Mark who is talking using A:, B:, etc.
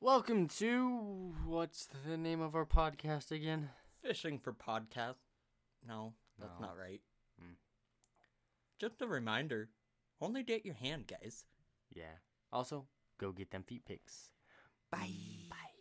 A: Welcome to what's the name of our podcast again?
B: Fishing for podcast. No, that's
A: No.
B: not right. Just a reminder only date your hand, guys.
A: Yeah. Also, go get them feet pics. Bye. Bye.